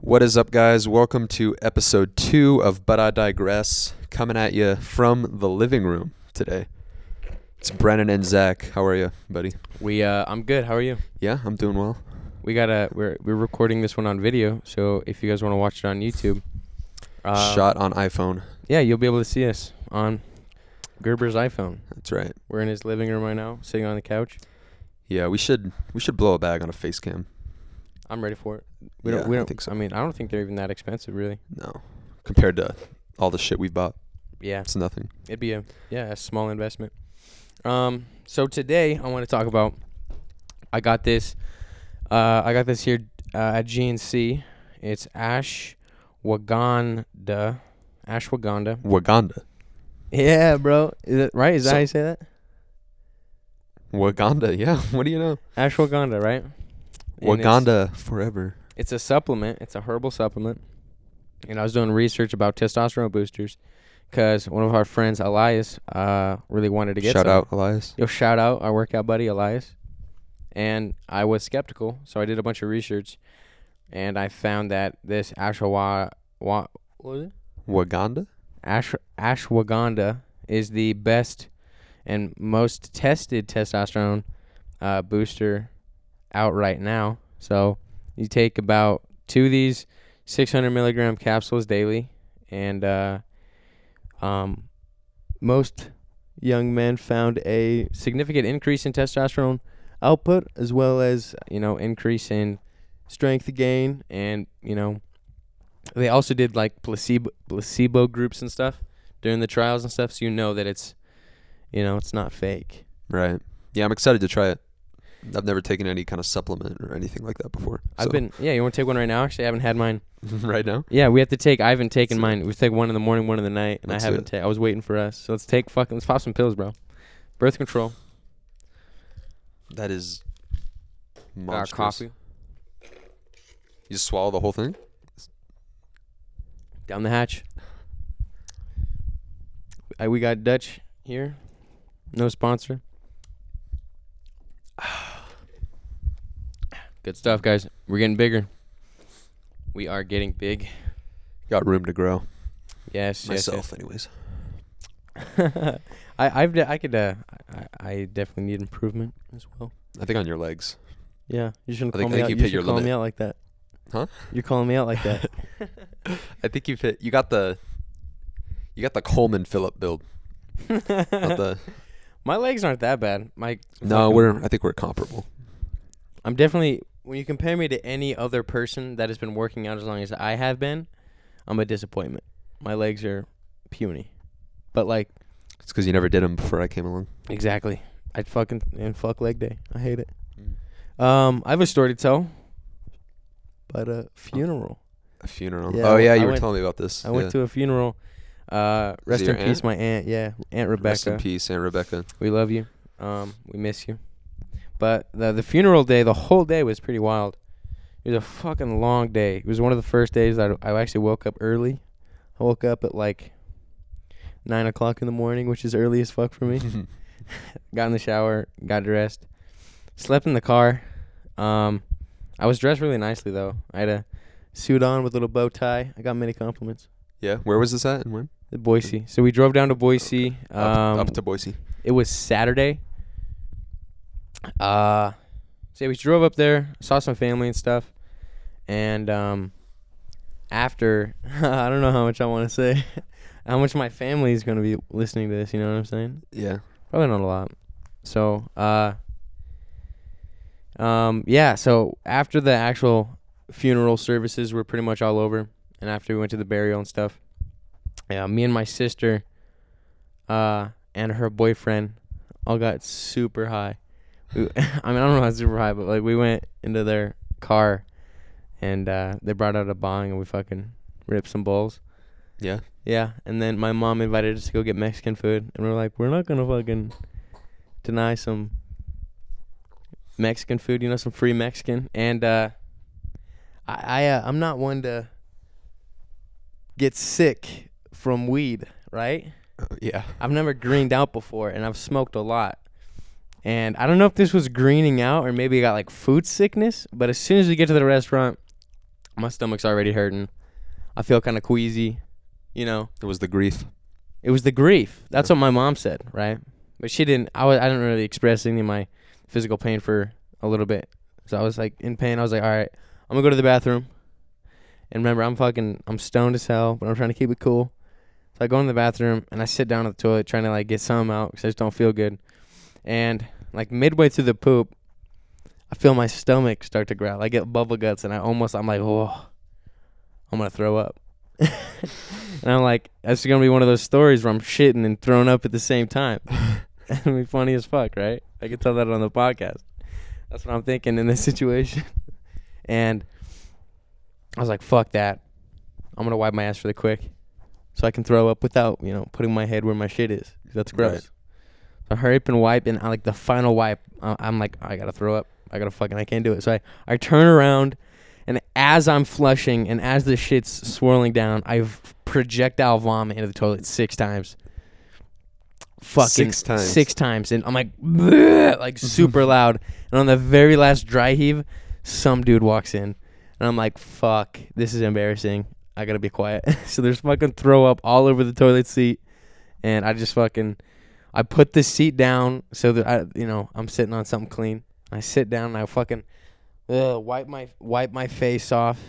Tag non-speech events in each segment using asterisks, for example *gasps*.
What is up, guys? Welcome to episode two of But I Digress, coming at you from the living room today. It's Brennan and Zach. How are you, buddy? We uh I'm good. How are you? Yeah, I'm doing well. We got to we're we're recording this one on video, so if you guys want to watch it on YouTube. Uh, Shot on iPhone. Yeah, you'll be able to see us on Gerber's iPhone. That's right. We're in his living room right now, sitting on the couch. Yeah, we should we should blow a bag on a face cam. I'm ready for it. We Yeah, don't we I don't I, think so. mean, I don't think they're even that expensive really. No, compared to all the shit we've bought, Yeah. it's nothing. It'd be a yeah, a small investment. Um so today I want to talk about I got this uh I got this here uh, at GNC. It's ashwagandha ashwagandha Waganda, Yeah, bro. Is it right? Is So- that how you say that? Waganda. Yeah, *laughs* what do you know? Ashwagandha, right? And it's- Waganda forever. It's, a supplement. It's a herbal supplement. And I was doing research about testosterone boosters because one of our friends, Elias, uh, really wanted to get Shout some. out, Elias. Yo, shout out our workout buddy, Elias. And I was skeptical, so I did a bunch of research, and I found that this ashwa wa, what was it? Waganda. Ash, ashwagandha is the best and most tested testosterone uh, booster out right now. So you take about two of these 600 milligram capsules daily, and uh, um, most young men found a significant increase in testosterone output as well as you know increase in strength gain and you know they also did like placebo placebo groups and stuff during the trials and stuff, so you know that it's you know it's not fake. Right. Yeah, I'm excited to try it. I've never taken any kind of supplement or anything like that before. I've been yeah. You want to take one right now? Actually, I haven't had mine. been *laughs* right now. Yeah, we have to take. I haven't taken That's it. mine. We take one in the morning, one in the night, and That's I haven't. it. Ta- I was waiting for us. So let's take fucking. Let's pop some pills, bro. Birth control. That is Got our monstrous. Uh, coffee You just swallow the whole thing? down the hatch. I, we got Dutch here. No sponsor. *sighs* Good stuff, guys. We're getting bigger. We are getting big. Got room to grow. Yes, yes, Myself, anyways. yes. *laughs* I, I've, de- I could, uh, I, I definitely need improvement as well. I think on your *laughs* legs. Yeah, you shouldn't I think- I call me think out. you've You, hit should your call me limit. out like that. Huh? You're calling me out like that. I think you've hit. You got the. You got the Coleman Phillip *laughs* build. *laughs* not the, My legs aren't that bad. My no, fucking- we're. I think we're comparable. I'm definitely when you compare me to any other person that has been working out as long as I have been, I'm a disappointment. My legs are puny. But like It's because you never did them before I came along. exactly. I fucking and fuck leg day. I hate it. Um I have a story to tell. But a funeral. A funeral. Yeah, I oh w- yeah, I you were went- telling me about this. I went yeah. to a funeral. Uh rest in your peace, aunt? my aunt, yeah. Aunt Rebecca. Rest in peace, Aunt Rebecca. We love you. Um, we miss you. But the the funeral day, the whole day was pretty wild. It was a fucking long day. It was one of the first days I I actually woke up early. I woke up at like nine o'clock in the morning, which is early as fuck for *laughs* me. *laughs* got in the shower, got dressed, slept in the car. Um, I was dressed really nicely though. I had a suit on with a little bow tie. I got many compliments. yeah. Where was this at and when? The Boise. So we drove down to Boise. Um, up, up to Boise. it was Saturday. Uh so yeah, we drove up there, saw some family and stuff. And um after *laughs* I don't know how much I want to say *laughs* how much my family is going to be listening to this, you know what I'm saying? Yeah. Probably not a lot. So, uh um yeah, so after the actual funeral services were pretty much all over and after we went to the burial and stuff. Yeah, me and my sister uh and her boyfriend all got super high. We, *laughs* I mean, I don't know how super high, but like we went into their car and uh they brought out a bong and we fucking ripped some bowls. Yeah. Yeah, and then my mom invited us to go get Mexican food, and we are like, we're not gonna fucking deny some Mexican food, you know, some free Mexican. And uh, I, I uh, I'm not one to get sick from weed, right? Uh, yeah. I've never greened out before, and I've smoked a lot. And I don't know if this was greening out or maybe I got like food sickness, but as soon as we get to the restaurant, My stomach's already hurting. I feel kind of queasy. You know, It was the grief. it was the grief. That's what my mom said, right? But she didn't. I was. I didn't really express any of my physical pain for a little bit. So I was like in pain. I was like, all right, I'm gonna go to the bathroom. And remember, I'm fucking. I'm stoned as hell, but I'm trying to keep it cool. So I go in the bathroom and I sit down at the toilet, trying to like get some out because I just don't feel good. And like midway through the poop, I feel my stomach start to growl. I get bubble guts, and I almost. I'm like, oh, I'm gonna throw up. And I'm like, that's gonna be one of those stories where I'm shitting and throwing up at the same time. *laughs* That'd be funny as fuck, right? I could tell that on the podcast. That's what I'm thinking in this situation. *laughs* And I was like, fuck that. I'm gonna wipe my ass really quick. So I can throw up without, you know, putting my head where my shit is. 'Cause That's gross. Right. So I hurry up and wipe, and I like the final wipe. I- I'm like, I gotta throw up. I gotta fucking, I can't do it. So I, I turn around, and as I'm flushing and as the shit's swirling down, I've projectile vomit into the toilet six times. Fucking Six times. Six times, and I'm like, *laughs* "Bleh," like super loud. And on the very last dry heave, some dude walks in, and I'm like, fuck, this is embarrassing. I gotta be quiet. *laughs* so there's fucking throw up all over the toilet seat, and I just fucking, I put the seat down so that I, you know, I'm sitting on something clean. I sit down and I fucking, ugh, wipe my wipe my face off.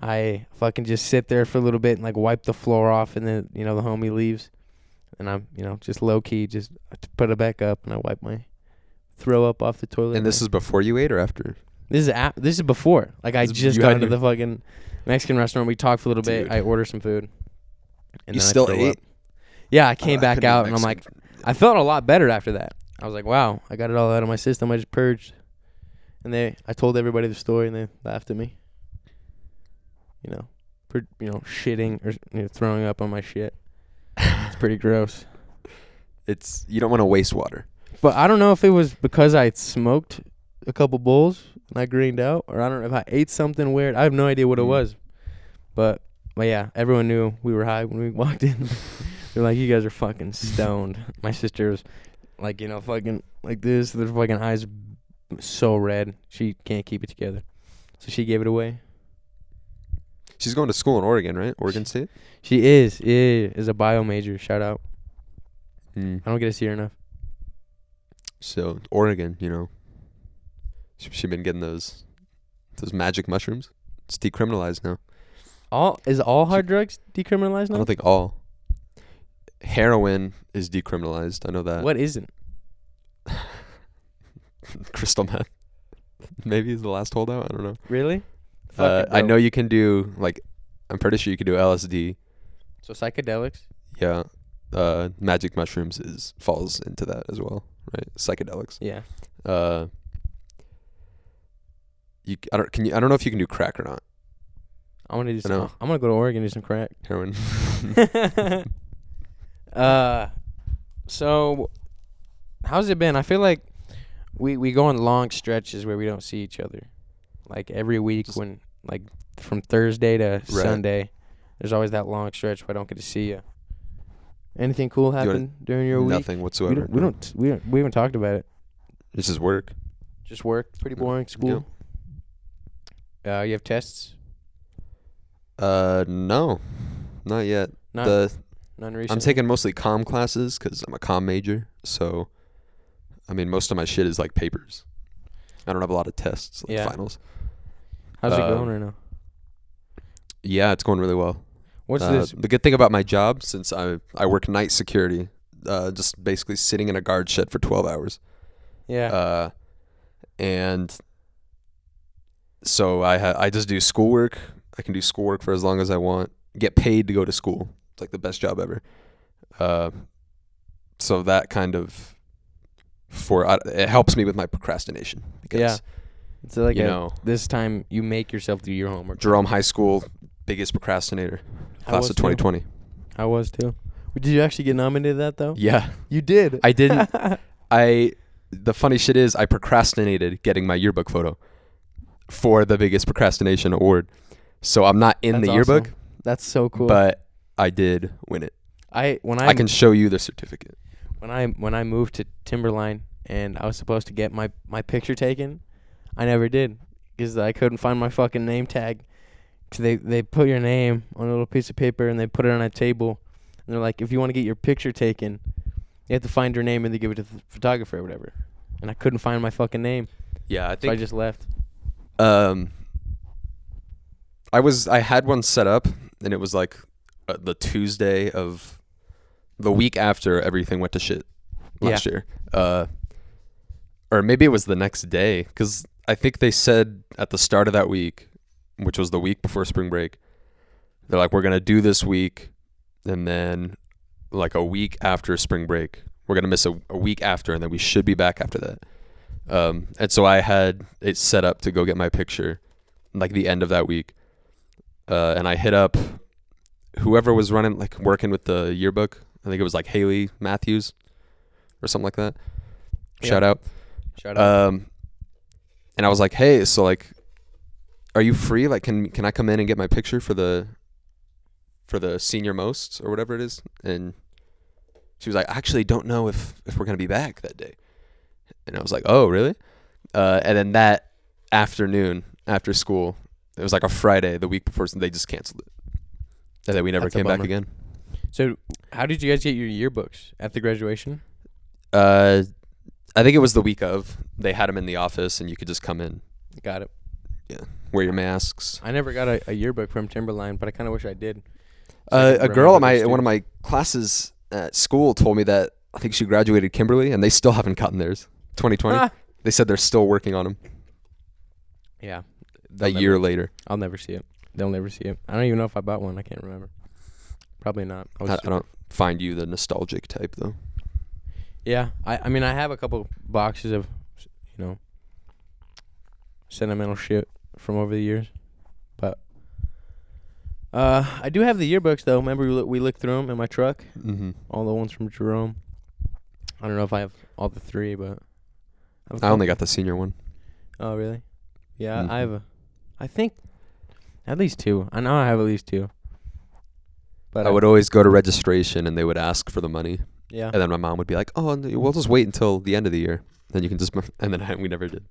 I fucking just sit there for a little bit and like wipe the floor off, and then you know the homie leaves, and I'm you know just low key just to put it back up, and I wipe my throw up off the toilet. And this is before you ate or after? This is a this is before. Like I This- just you got had into your- the fucking Mexican restaurant. We talked for a little Dude. bit. I ordered some food. You then I still threw ate? up. Yeah, I came Uh, back couldn't eat out and I'm like, Mexican food. I felt a lot better after that. I was like, wow, I got it all out of my system. I just purged. And they, I told everybody the story, and they laughed at me. You know, for you know, shitting or you know, throwing up on my shit. It's pretty *laughs* gross. it's you don't want to waste water. But I don't know if it was because I had smoked a couple bowls and I greened out, or I don't know if I ate something weird. I have no idea what it Mm. was. But but yeah, everyone knew we were high when we *laughs* *laughs* walked in. They're like, "You guys are fucking stoned." My sister was like, you know, fucking like this. Their fucking eyes so red. She can't keep it together, so she gave it away. She's going to school in Oregon, right? Oregon State. She is yeah, is a bio major. Shout out. Mm. I don't get to see her enough. So Oregon, you know, she, she been getting those those magic mushrooms. It's decriminalized now. All is all She- hard drugs decriminalized I now. don't think all heroin is decriminalized. I know that. What isn't? *laughs* crystal meth? *laughs* Maybe is the last holdout. I don't know. Really? Uh, Fucking I dope. know you can do like, I'm pretty sure you can do LSD. So psychedelics. Yeah, uh, magic mushrooms is falls into that as well, right? Psychedelics. Yeah. Uh, you c- I don't can you I don't know if you can do crack or not I want to do I some. know. I'm gonna go to Oregon and do some crack. heroin. *laughs* uh, so how's it been? I feel like we we go on long stretches where we don't see each other, like every week Just- when like from Thursday to Sunday. There's always that long stretch where I don't get to see you. Anything cool wanna- happen during your week? Nothing whatsoever. We don't, we no. don't. We don't. We haven't talked about it. This is work. Just work. Pretty No. boring. School. Uh, you have tests. Uh, no, not yet. Not the none recently. I'm taking mostly com classes because I'm a com major. So, I mean, most of my shit is like papers. I don't have a lot of tests, like Yeah. finals. How's it uh, going right now? Yeah, it's going really well. What's Uh, this? The good thing about my job, since I I work night security, uh, just basically sitting in a guard shed for 12 hours. Yeah. Uh, and so I ha- I just do schoolwork. I can do schoolwork for as long as I want. Get paid to go to school. It's like the best job ever. Uh, so that kind of for I, it helps me with my procrastination because Yeah, It's like you a- know this time you make yourself do your homework. Jerome High School biggest procrastinator class of 2020. I was too. Did you actually get nominated that though? Yeah, You did. I *laughs* didn't. I the funny shit is I procrastinated getting my yearbook photo for the biggest procrastination award. So I'm not in the yearbook, That's so cool. but I did win it. I when i I can show you the certificate. when I when I moved to Timberline and I was supposed to get my my picture taken, I never did because I couldn't find my fucking name tag, So they they put your name on a little piece of paper and they put it on a table, and they're like, if you want to get your picture taken, you have to find your name and they give it to the photographer or whatever. And I couldn't find my fucking name, Yeah, I so think I just left. um i was i had one set up and it was like uh, the tuesday of the week after everything went to shit last year uh or maybe it was the next day because i think they said at the start of that week which was the week before spring break they're like we're gonna do this week and then like a week after spring break we're gonna miss a, a week after and then we should be back after that um, and so I had it set up to go get my picture, like the end of that week. Uh, and I hit up whoever was running, like working with the yearbook. I think it was like Haley Matthews or something like that. Yeah. Shout out. Shout out. Um, and I was like, hey, so like, are you free? Like, can can I come in and get my picture for the for the senior most or whatever it is? And she was like, I actually don't know if if we're gonna be back that day. And I was like, oh, really? Uh, and then that afternoon after school, it was like a Friday the week before, so they just canceled it. And then we never That's a came back bummer. again. so how did you guys get your yearbooks at the graduation? Uh, I think it was the week of. They had them in the office, and you could just come in, Got it. wear your masks. I never got a, a yearbook from Timberline, but I kind of wish I did. So I Uh, could a remember girl in the my in one student. of my classes at school told me that I think she graduated Kimberly, and they still haven't gotten theirs. *laughs* 2020. Ah. They said they're still working on them Yeah, a never- year later. I'll never see it. They'll never see it. I don't even know if I bought one. I can't remember. Probably not. I I, was I don't find you the nostalgic type though. Yeah, I, I mean I have a couple boxes of, you know, sentimental shit from over the years, but uh, I do have the yearbooks though. Remember we look, we looked through them in my truck, Mm-hmm. all the ones from Jerome. I don't know if I have all the three, but I've I only got the senior one. Oh really? Yeah, Mhm. I have. A, I think at least two. I know I have at least two. But I I- would always go to registration, and they would ask for the money, Yeah. and then my mom would be like, "Oh, n- we'll just wait until the end of the year." Then you can just, *laughs* and then I, we never did.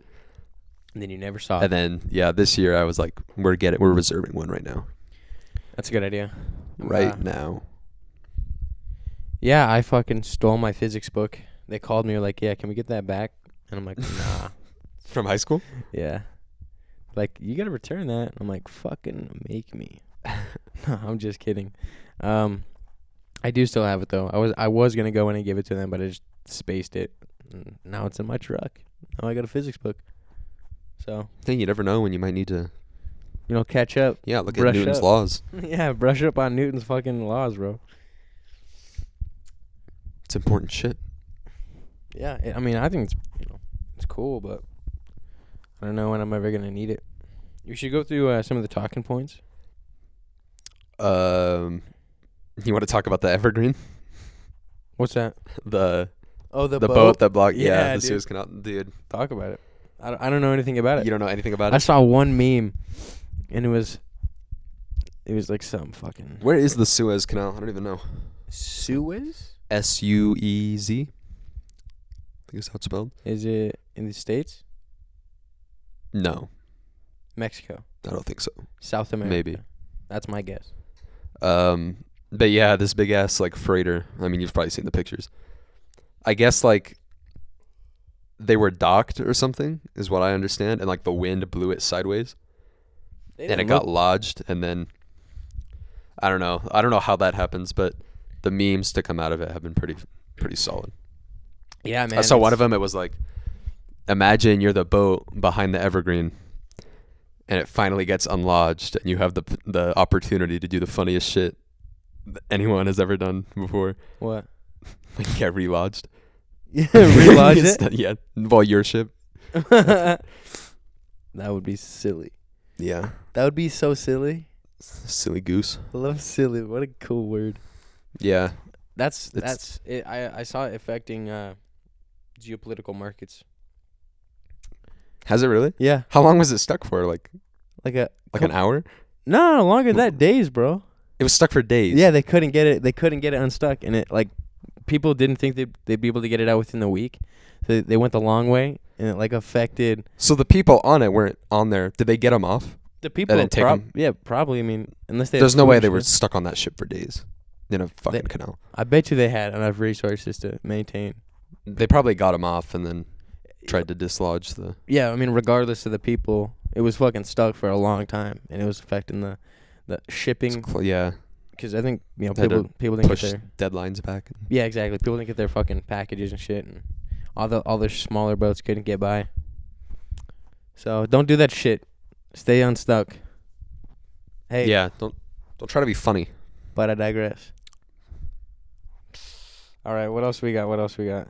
And then you never saw it. And then, yeah, this year I was like, "We're getting, we're reserving one right now, That's a good idea. right Uh, now." Yeah, I fucking stole my physics book. They called me like, "Yeah, can we get that back?" And I'm like, *laughs* "Nah." From high school? yeah. Like, you got to return that. I'm like, "Fucking make me." *laughs* no, I'm just kidding. Um I do still have it though. I was I was going to go in and give it to them, but I just spaced it. And now it's in my truck. Now I got a physics book. So, Hey, you never know when you might need to. you know, catch *laughs* up. *laughs* Yeah, look Brush at Newton's up. laws. yeah, brush up on Newton's fucking laws, bro. It's important shit. Yeah, it, I mean, I think it's you know it's cool, but I don't know when I'm ever gonna need it. You should go through uh, some of the talking points. Um, you want to talk about the Evergreen, *laughs* What's that? the Oh, the, boat that blocked? Yeah, Yeah, the dude. Suez Canal, dude. Talk about it. I don't, I don't know anything about it. You don't know anything about I it. saw one meme, and it was it was like some fucking Where is the Suez Canal? I don't even know. Suez? S U E Z. I think is how it's spelled. Is it in the states? No, Mexico, I don't think so. South America. Maybe. That's my guess. Um, but yeah, this big ass like freighter. I mean, you've probably seen the pictures. I guess like they were docked or something is what I understand, and like the wind blew it sideways. They and it didn't got look- lodged and then I don't know. I don't know how that happens, but the memes to come out of it have been pretty pretty solid. yeah, man. I saw one of it's- them it was like imagine you're the boat behind the evergreen and it finally gets unlodged and you have the p- the opportunity to do the funniest shit that anyone has ever done before. *laughs* What? *laughs* Like get relodged. Yeah, realize it. It's not- *laughs* Yeah. Well, your ship. *laughs* that would be silly. Yeah. That would be so silly. Silly goose. I love silly. What a cool word. Yeah. That's It's- that's it, I I saw it affecting uh, geopolitical markets. Has it really? Yeah, How long was it stuck for? Like like a like an hour? no no, longer than Well- that days, bro. It was stuck for days. Yeah, they couldn't get it. They couldn't get it unstuck, and it like people didn't think they'd, they'd be able to get it out within the week. So they- they went the long way, and it like affected. So the people on it weren't on there. Did they get them off? the people. didn't take prob- 'em. Yeah, probably. I mean, unless they. had There's no food way and they were shit. stuck on that ship for days in a fucking canal. I bet you they had enough resources to maintain. They probably got him off and then tried to dislodge the. Yeah, I mean, regardless of the people, it was fucking stuck for a long time, and it was affecting the, the shipping cl- yeah, because I think you know They had to people people didn't get push their deadlines back. yeah exactly people didn't get their fucking packages and shit, and all the all their smaller boats couldn't get by. So don't do that shit. Stay unstuck. Hey, Yeah, don't don't try to be funny. but I digress. All right, what else we got? What else we got?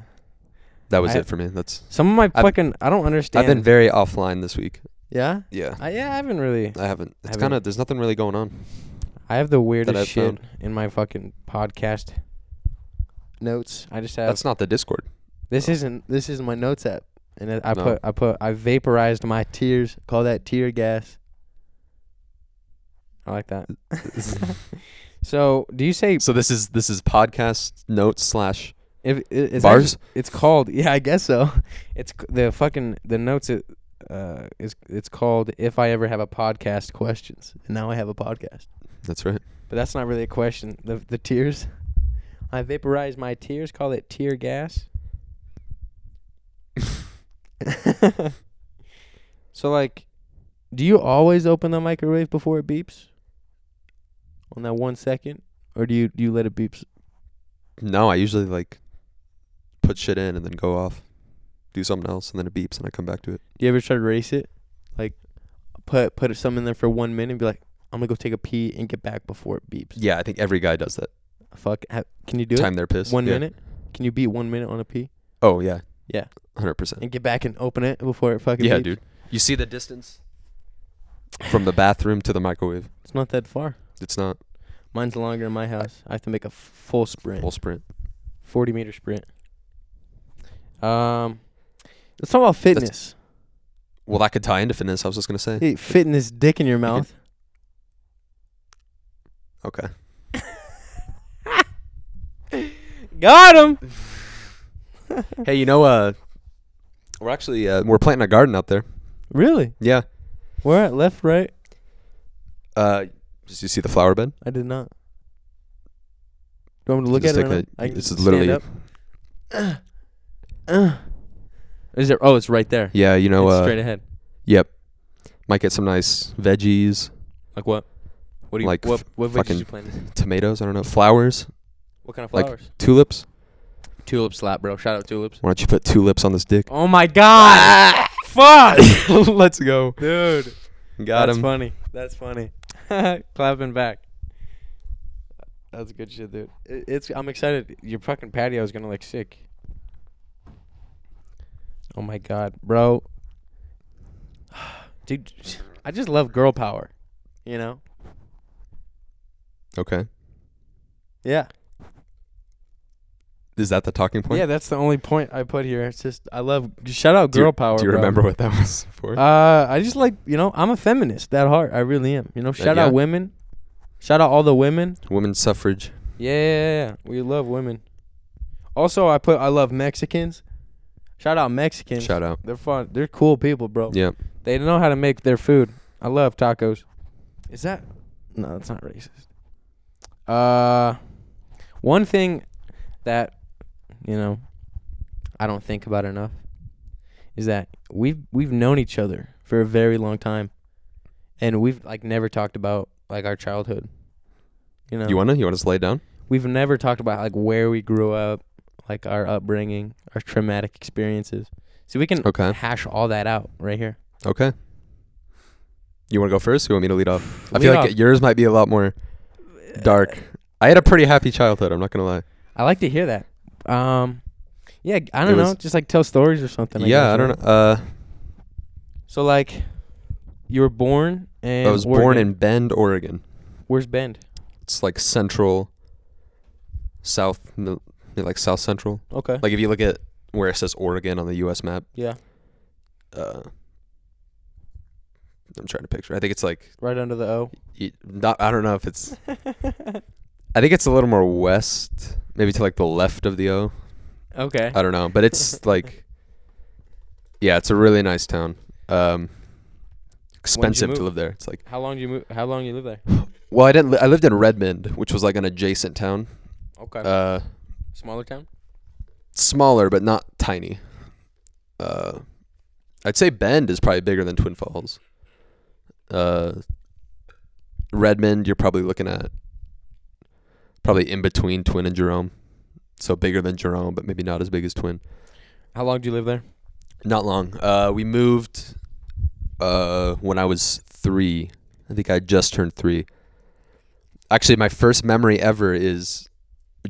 That was I- it for me. That's Some of my I've- fucking I don't understand. I've been very offline this week. yeah, Yeah, I, yeah, I haven't really. I haven't. It's haven't- kind of there's nothing really going on. I have the weirdest I've found. shit in my fucking podcast notes. I just have That's not the *laughs* Discord. this isn't this is my notes app, and I, I Oh. No. put I put I vaporized my tears. Call that tear gas. I like that. so, do you say So this is this is podcast notes slash if it, it's bars. actu- it's called *laughs* yeah, I guess so. It's c- the fucking the notes. It, uh, is it's called if I ever have a podcast questions, and now I have a podcast. That's right. But that's not really a question. The the tears. I vaporize my tears, call it tear gas. *laughs* so like do you always open the microwave before it beeps? On that one second? Or do you do you let it beeps? No, I usually like put shit in and then go off, do something else, and then it beeps, and I come back to it. Do you ever try to race it? Like put put some in there for one minute and be like, I'm gonna go take a pee and get back before it beeps. Yeah, I think every guy does that. Fuck ha- can you do Time their it? piss. One Yeah. minute? Can you beat one minute on a pee? Oh yeah. Yeah. Hundred percent. And get back and open it before it fucking Yeah, beeps? dude. You see the distance from the bathroom to the microwave. It's not that far. It's not Mine's longer in my house. I have to make a f- full sprint, full sprint. forty meter sprint. Um, let's talk about fitness. Well, that could tie into fitness. I was just gonna *laughs* say. Hey, fitting this dick in your can- mouth. Okay. *laughs* Got him. Hey, you know, uh, we're actually uh, we're planting a garden out there. *laughs* Really? Yeah. Where at? Left, right? Uh, did you see the flower bed? I did not. Do you want me to look Just at it? take Right a- now? I can this just is literally- stand up. *clears throat* Uh, is there? Oh, it's right there. Yeah, you know. It's Uh, straight ahead. yep. Might get some nice veggies, Like what? What do you? like what? What veggies fucking- you planted? tomatoes. I don't know, flowers, What kind of like- flowers? tulips. tulip slap, bro. Shout out tulips. Why don't you put tulips on this *laughs* dick? Oh *laughs* my god! Fuck, Let's go. dude. *laughs* Got That's him. funny. That's funny. *laughs* Clapping back. That's good shit, dude. It, it's. I'm excited. Your fucking patio is gonna look sick. Oh my god, bro. *sighs* Dude, *sighs* I just love girl power. You know? Okay. Yeah. Is that the talking point? Yeah, that's the only point I put here. It's just I love. Shout out Do you- girl power. Do you bro. remember what that *laughs* was for? um, Uh, I just like you know I'm a feminist that heart I really am. You know, shout yeah. out women, shout out all the women. Women's suffrage. Yeah, yeah, yeah, yeah. we love women. Also, I put I love Mexicans. Shout out Mexicans. Shout out. They're fun. They're cool people, bro. Yeah. They know how to make their food. I love tacos. Is that? No, that's not racist. Uh, one thing that you know I don't think about enough is that we've we've known each other for a very long time, and we've like never talked about like our childhood. You know, You wanna? You wanna just lay down? we've never talked about like where we grew up, like our upbringing, our traumatic experiences. So we can Okay. hash all that out right here. Okay. You wanna go first? Or you want me to lead off? I Lead feel like off. Uh, yours might be a lot more dark. I had a pretty happy childhood. I'm not gonna lie. I like to hear that. Um, yeah, I It don't know, was- just like tell stories or something. I yeah, guess, I don't right? know. Uh, So like, you were born and I was born in Bend, Oregon. where's Bend? It's like central, south, no, like south central. Okay. Like if you look at where it says Oregon on the U.S. map, yeah, uh, I'm trying to picture. I think it's like right under the *laughs* O. y- not. I don't know if it's. I think it's a little more west, maybe to like the left of the O. Okay. I don't know, but *laughs* it's like, yeah, it's a really nice town. Um, expensive to move? live there. It's like How long do you move? How long you live there? well, I didn't. Li- I lived in Redmond, which was like an adjacent town. Okay. Uh, Smaller town. smaller but not tiny. Uh, I'd say Bend is probably bigger than Twin Falls. Uh, Redmond, you're probably looking at probably in between Twin and Jerome, so bigger than Jerome, but maybe not as big as Twin. How long do you live there? Not long. Uh, we moved uh, when I was three. I think I just turned three. Actually, my first memory ever is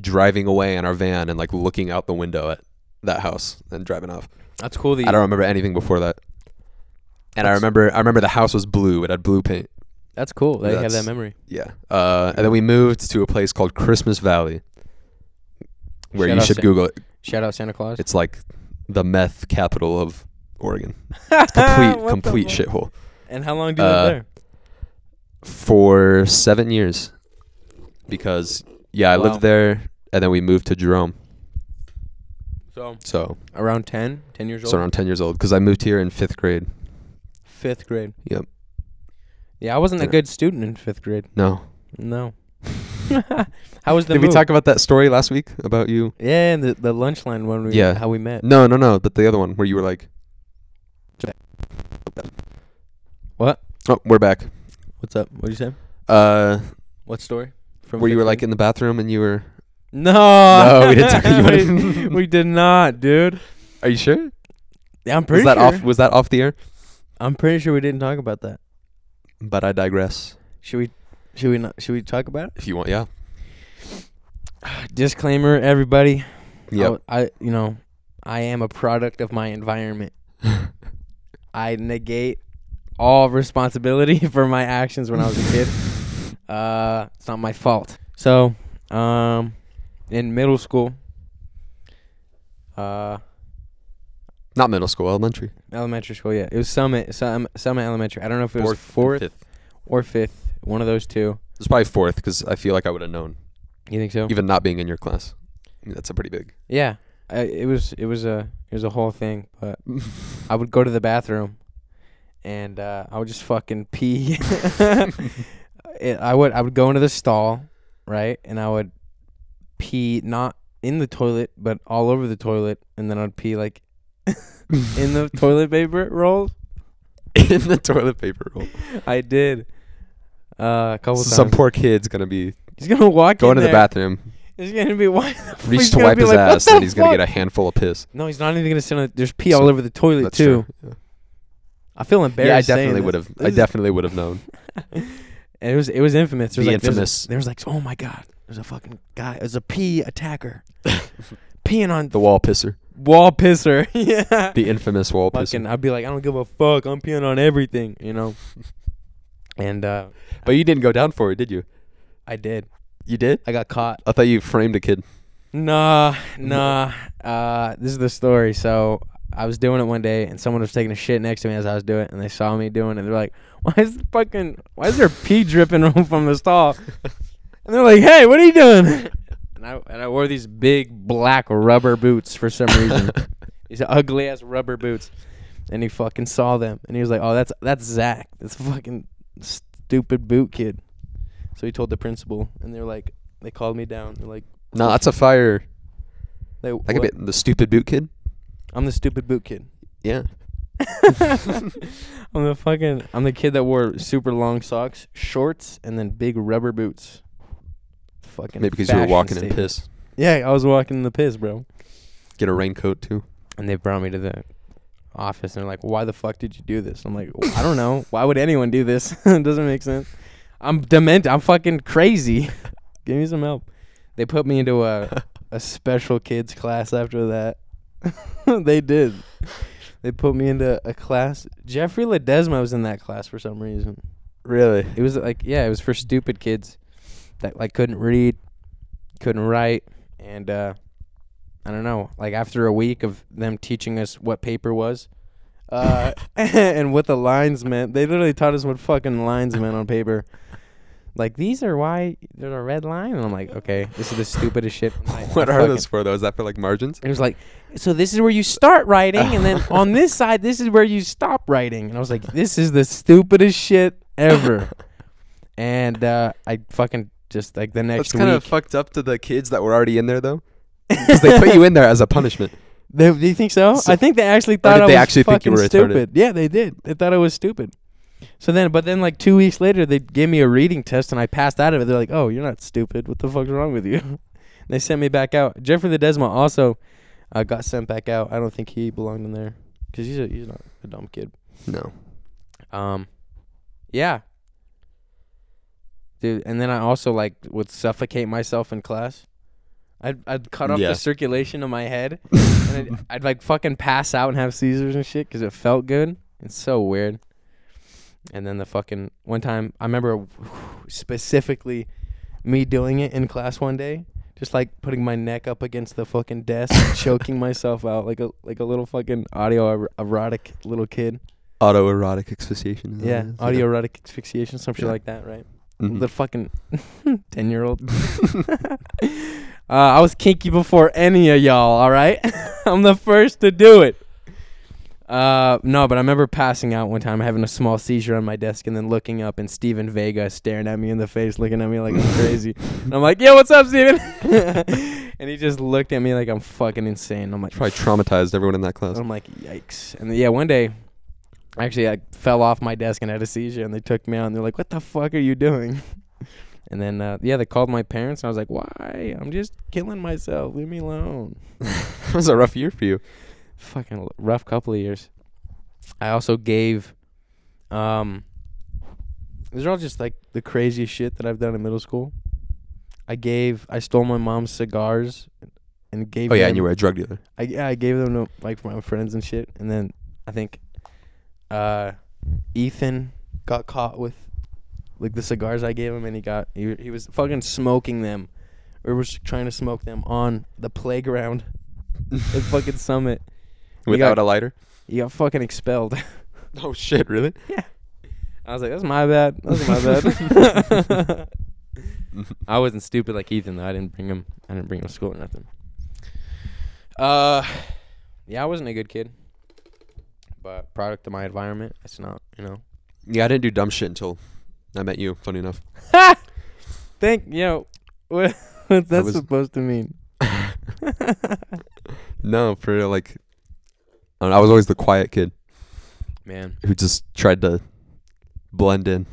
driving away in our van and like looking out the window at that house and driving off. That's cool. That I don't remember anything before that. And I That's- remember, I remember the house was blue. It had blue paint. that's cool. That you have that That's- memory. Yeah. Uh, and then we moved to a place called Christmas Valley, where Shout you out should Sa- Google it. Shout out Santa Claus. It's like the meth capital of Oregon. *laughs* Complete, Ah, *laughs* What the complete fuck? shithole. And how long do you live Uh, there? for seven years because yeah i Wow. lived there and then we moved to jerome So so around 10, 10 years old. so around 10 years old because i moved here in fifth grade Fifth grade. Yep. Yeah, I wasn't a Yeah. good student in fifth grade. no *laughs* No. how was the did move? we talk about that story last week about you Yeah, and the, the lunch line one. We, Yeah. How we met. no no no but the other one where you were like What? oh we're back What's up? What did you say? uh What story? From where you fifth were grade? like in the bathroom and you were No. *laughs* No, we didn't talk- you we, wanna- *laughs* we did not, dude. are you sure Yeah, I'm was pretty that sure. off was that off the air I'm pretty sure we didn't talk about that. but i digress Should we? Should we not? Should we talk about if you want yeah it? Disclaimer, everybody. I yeah w- I, you know, I am a product of my environment. I negate all responsibility *laughs* for my actions when I was a *laughs* kid. Uh, it's not my fault. So, um, in middle school, uh, not middle school elementary elementary school, yeah, it was Summit, Sum, Summit Elementary. I don't know if it Fourth was and fourth fifth. or fifth, one of those two. it was probably fourth because i feel like i would have known You think so? even not being in your class I mean, that's a pretty big Yeah, I, it was it was a it was a whole thing. But I would go to the bathroom, and uh, I would just fucking pee. *laughs* it, I would I would go into the stall, right, and I would pee not in the toilet but all over the toilet, and then I'd pee like in *laughs* the toilet paper rolls. in the toilet paper roll. I did. Uh, a couple Some times. poor kid's gonna be He's gonna walk going in to the there. bathroom, He's gonna be why reach *laughs* He's to gonna wipe be his like, "What ass, and the he's gonna get a fuck?" handful of piss. No, he's not even gonna sit on. There's pee So- all over the toilet That's too. true. Yeah. I feel Yeah, embarrassed. I saying definitely this. would have. This I is- definitely would have known. And it was it was infamous. There was The like, There was, infamous. there was like, oh my god, there's a fucking guy. There's a pee attacker, *laughs* peeing on The wall pisser, wall pisser. *laughs* yeah. the infamous wall pisser. Fucking, I'd be like, I don't give a fuck. I'm peeing on everything, you *laughs* know. and uh, But you didn't go down for it, did you? I did. You did. I got caught. I thought you framed a kid. Nah, nah. Uh, this is the story. So I was doing it one day, and someone was taking a shit next to me as I was doing it, and they saw me doing it. They're like, *laughs* "Why is the fucking? Why is there pee dripping *laughs* from the stall?" And they're like, *laughs* "Hey, what are you doing?" *laughs* And I and I wore these big black rubber boots for some reason. these ugly ass rubber boots. And he fucking saw them, and he was like, "Oh, that's that's Zach. That's fucking stupid boot kid." So he told the principal, and they're like, they called me down. They're like, No, that's a fire. they, That could "What?" be the stupid boot kid. I'm the stupid boot *laughs* kid. Yeah. I'm the fucking. I'm the kid that wore super long socks, shorts, and then big rubber boots. Fucking. Maybe because you were fashion walking in statement. piss. Yeah, I was walking in the piss, bro. Get a raincoat too. And they brought me to the office, and they're like, "Why the fuck did you do this?" I'm like, "I don't know. Why would anyone do this? *laughs* it doesn't make sense. I'm demented. I'm fucking crazy. *laughs* Give me some help." They put me into a a special kids class after that. *laughs* they did. They put me into a class. Jeffrey Ledesma was in that class for some reason. *laughs* Really? It was like yeah, it was for stupid kids that like couldn't read, couldn't write, and uh I don't know. Like after a week of them teaching us what paper was, *laughs* *laughs* uh, and what the lines meant, they literally taught us what fucking lines meant on paper. like these are why there's a red line, and I'm like, okay, this is the stupidest shit. *laughs* Like, What I are fucking- those for though? Is that for like margins? And it was like, so this is where you start writing, and then on this side, this is where you stop writing. And I was like, this is the stupidest shit ever. and uh, I fucking just like the *laughs* next That's kind week. of *laughs* fucked up to the kids that were already in there though, because they put you in there as a *laughs* punishment. They, do you think so? So- I think they actually thought did I they was actually fucking think you were retarded? stupid. Yeah, they did. They thought I was stupid. So then, but then like two weeks later, they gave me a reading test and I passed out of it. They're like, "Oh, you're not stupid. What the fuck's wrong with you?" *laughs* they sent me back out. Jeffrey the Desma also uh, got sent back out. I don't think he belonged in there because he's a, he's not a dumb kid. No. Um, yeah, dude. And then I also like would suffocate myself in class. I'd I'd cut off Yeah. the circulation of my head, and I'd, I'd like fucking pass out and have seizures and shit because it felt good. It's so weird. And then the fucking one time, I remember specifically me doing it in class one day, just like putting my neck up against the fucking *laughs* desk, choking myself out like a like a little fucking audio er- erotic little kid. *laughs* Autoerotic asphyxiation. is that Yeah, what it is? audio erotic asphyxiation, some shit Yeah. like that, right? Mhm. The fucking *laughs* ten year old. *laughs* uh, I was kinky before any of y'all. All right, *laughs* I'm the first to do it. Uh, no, but I remember passing out one time, having a small seizure on my desk, and then looking up and Steven Vega staring at me in the face, looking at me like I'm *laughs* crazy. and I'm like, "Yo, what's up, Steven? *laughs* and he just looked at me like I'm fucking insane. I'm like, Probably traumatized everyone in that class. I'm like, yikes. And yeah, one day, actually, I fell off my desk and had a seizure, and they took me out, and they're like, what the fuck are you doing? *laughs* And then, uh, yeah, they called my parents, and I was like, why? I'm just killing myself. Leave me alone. *laughs* it was a rough year for you. Fucking l- rough couple of years. I also gave, um, these are all just like the craziest shit that I've done in middle school. I gave, I stole my mom's cigars and gave Oh yeah, them- and you were a drug dealer. I yeah, I gave them to like my friends and shit, and then I think uh, Ethan got caught with like the cigars I gave him, and he got he he was fucking smoking them, or was trying to smoke them on the playground at fucking Summit. *laughs* You Without got- a lighter. He got fucking expelled. Oh shit! Really? I was like, that's my bad. That's my *laughs* bad. *laughs* I wasn't stupid like Ethan though. I didn't bring him. I didn't bring him to school or nothing. Uh, yeah, I wasn't a good kid, but product of my environment. It's not, you know. Yeah, I didn't do dumb shit until I met you. Funny enough. Think you know *laughs* what, what's that was- supposed to mean? *laughs* No, for real, like, I, don't know, I was always the quiet kid Man, who just tried to blend in.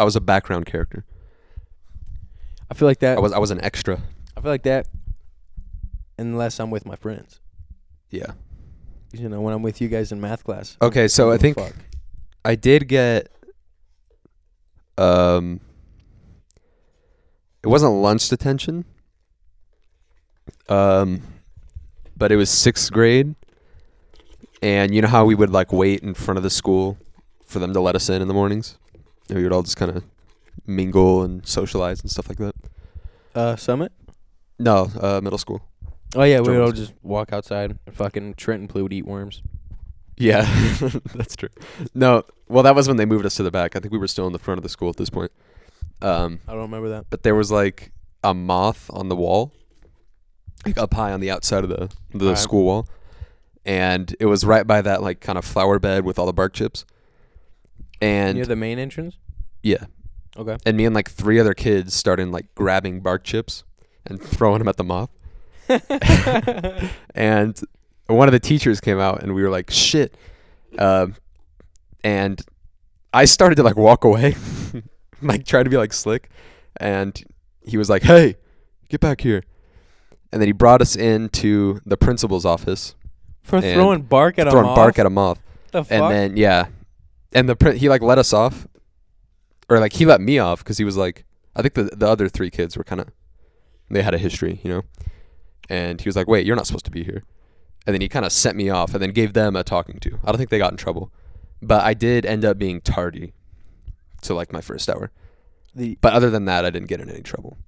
I was a background character. I feel like that. I was I was an extra. I feel like that. Unless I'm with my friends, Yeah. you know, when I'm with you guys in math class. Okay, so I give a think fuck. I did get. Um. It wasn't lunch detention. Um, but it was sixth grade, and you know how we would like wait in front of the school for them to let us in in the mornings. And we would all just kind of mingle and socialize and stuff like that. uh, summit. No, uh, middle school. Oh yeah, we would all Journalism. just walk outside and fucking Trenton Blue would eat worms. Yeah, *laughs* that's true. No, well, that was when they moved us to the back. I think we were still in the front of the school at this point. Um, I don't remember that. but there was like a moth on the wall, like up high on the outside of the the Alright. school wall, and it was right by that like kind of flower bed with all the bark chips, and Near the main entrance. yeah, Okay. and me and like three other kids started like grabbing bark chips and throwing them at the moth, and one of the teachers came out and we were like shit, um, and I started to like walk away, *laughs* like try to be like slick, and he was like, "Hey, get back here," and then he brought us into the principal's office, *laughs* For And throwing bark at throwing a bark at a moth, the fuck? and then yeah, and the prin- he like let us off, or like he let me off because he was like, I think the the other three kids were kind of, they had a history, you know, and he was like, "Wait, you're not supposed to be here," and then he kind of sent me off, and then gave them a talking to. I don't think they got in trouble, but I did end up being tardy to like my first hour. the, But other than that, I didn't get in any trouble.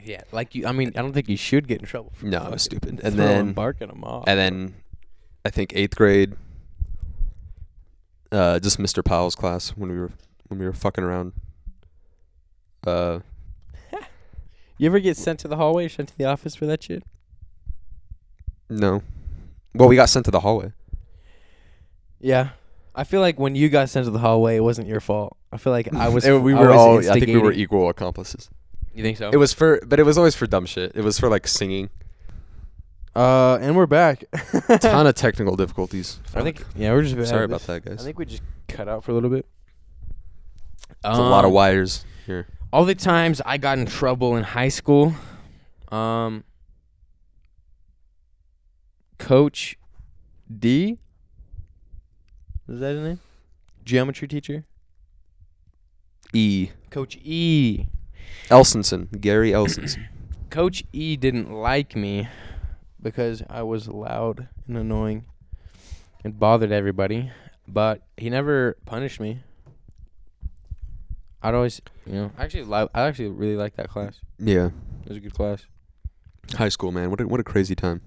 yeah, like you. I mean, I don't think you should get in trouble. For No, I fucking was stupid. And throwing then bark at a mob. and then I think eighth grade, uh, just Mr. Powell's class when we were when we were fucking around. Uh, You ever get sent to the hallway, or sent to the office for that shit? no. Well, we got sent to the hallway. Yeah. I feel like when you got sent to the hallway, it wasn't your fault. I feel like *laughs* I was. It- we I were was all. I think we were instigating. equal accomplices. You think so? It was for, but it was always for dumb shit. It was for like *laughs* singing. Uh, and we're *laughs* back. Ton of technical difficulties. I think. Yeah, we're just. Fuck. bad Sorry at about this. that, guys. I think we just cut out for a little bit. It's a lot Um, of wires here. all the times I got in trouble in high school, um, Coach D, is that his name? Geometry teacher, E. Coach E. Elsonson, Gary *coughs* Elsonson. Coach E didn't like me because I was loud and annoying and bothered everybody, but he never punished me. I'd always, you know, I actually, li- I actually really liked that class. yeah, It was a good class. high school man. What a, what a crazy *laughs* time.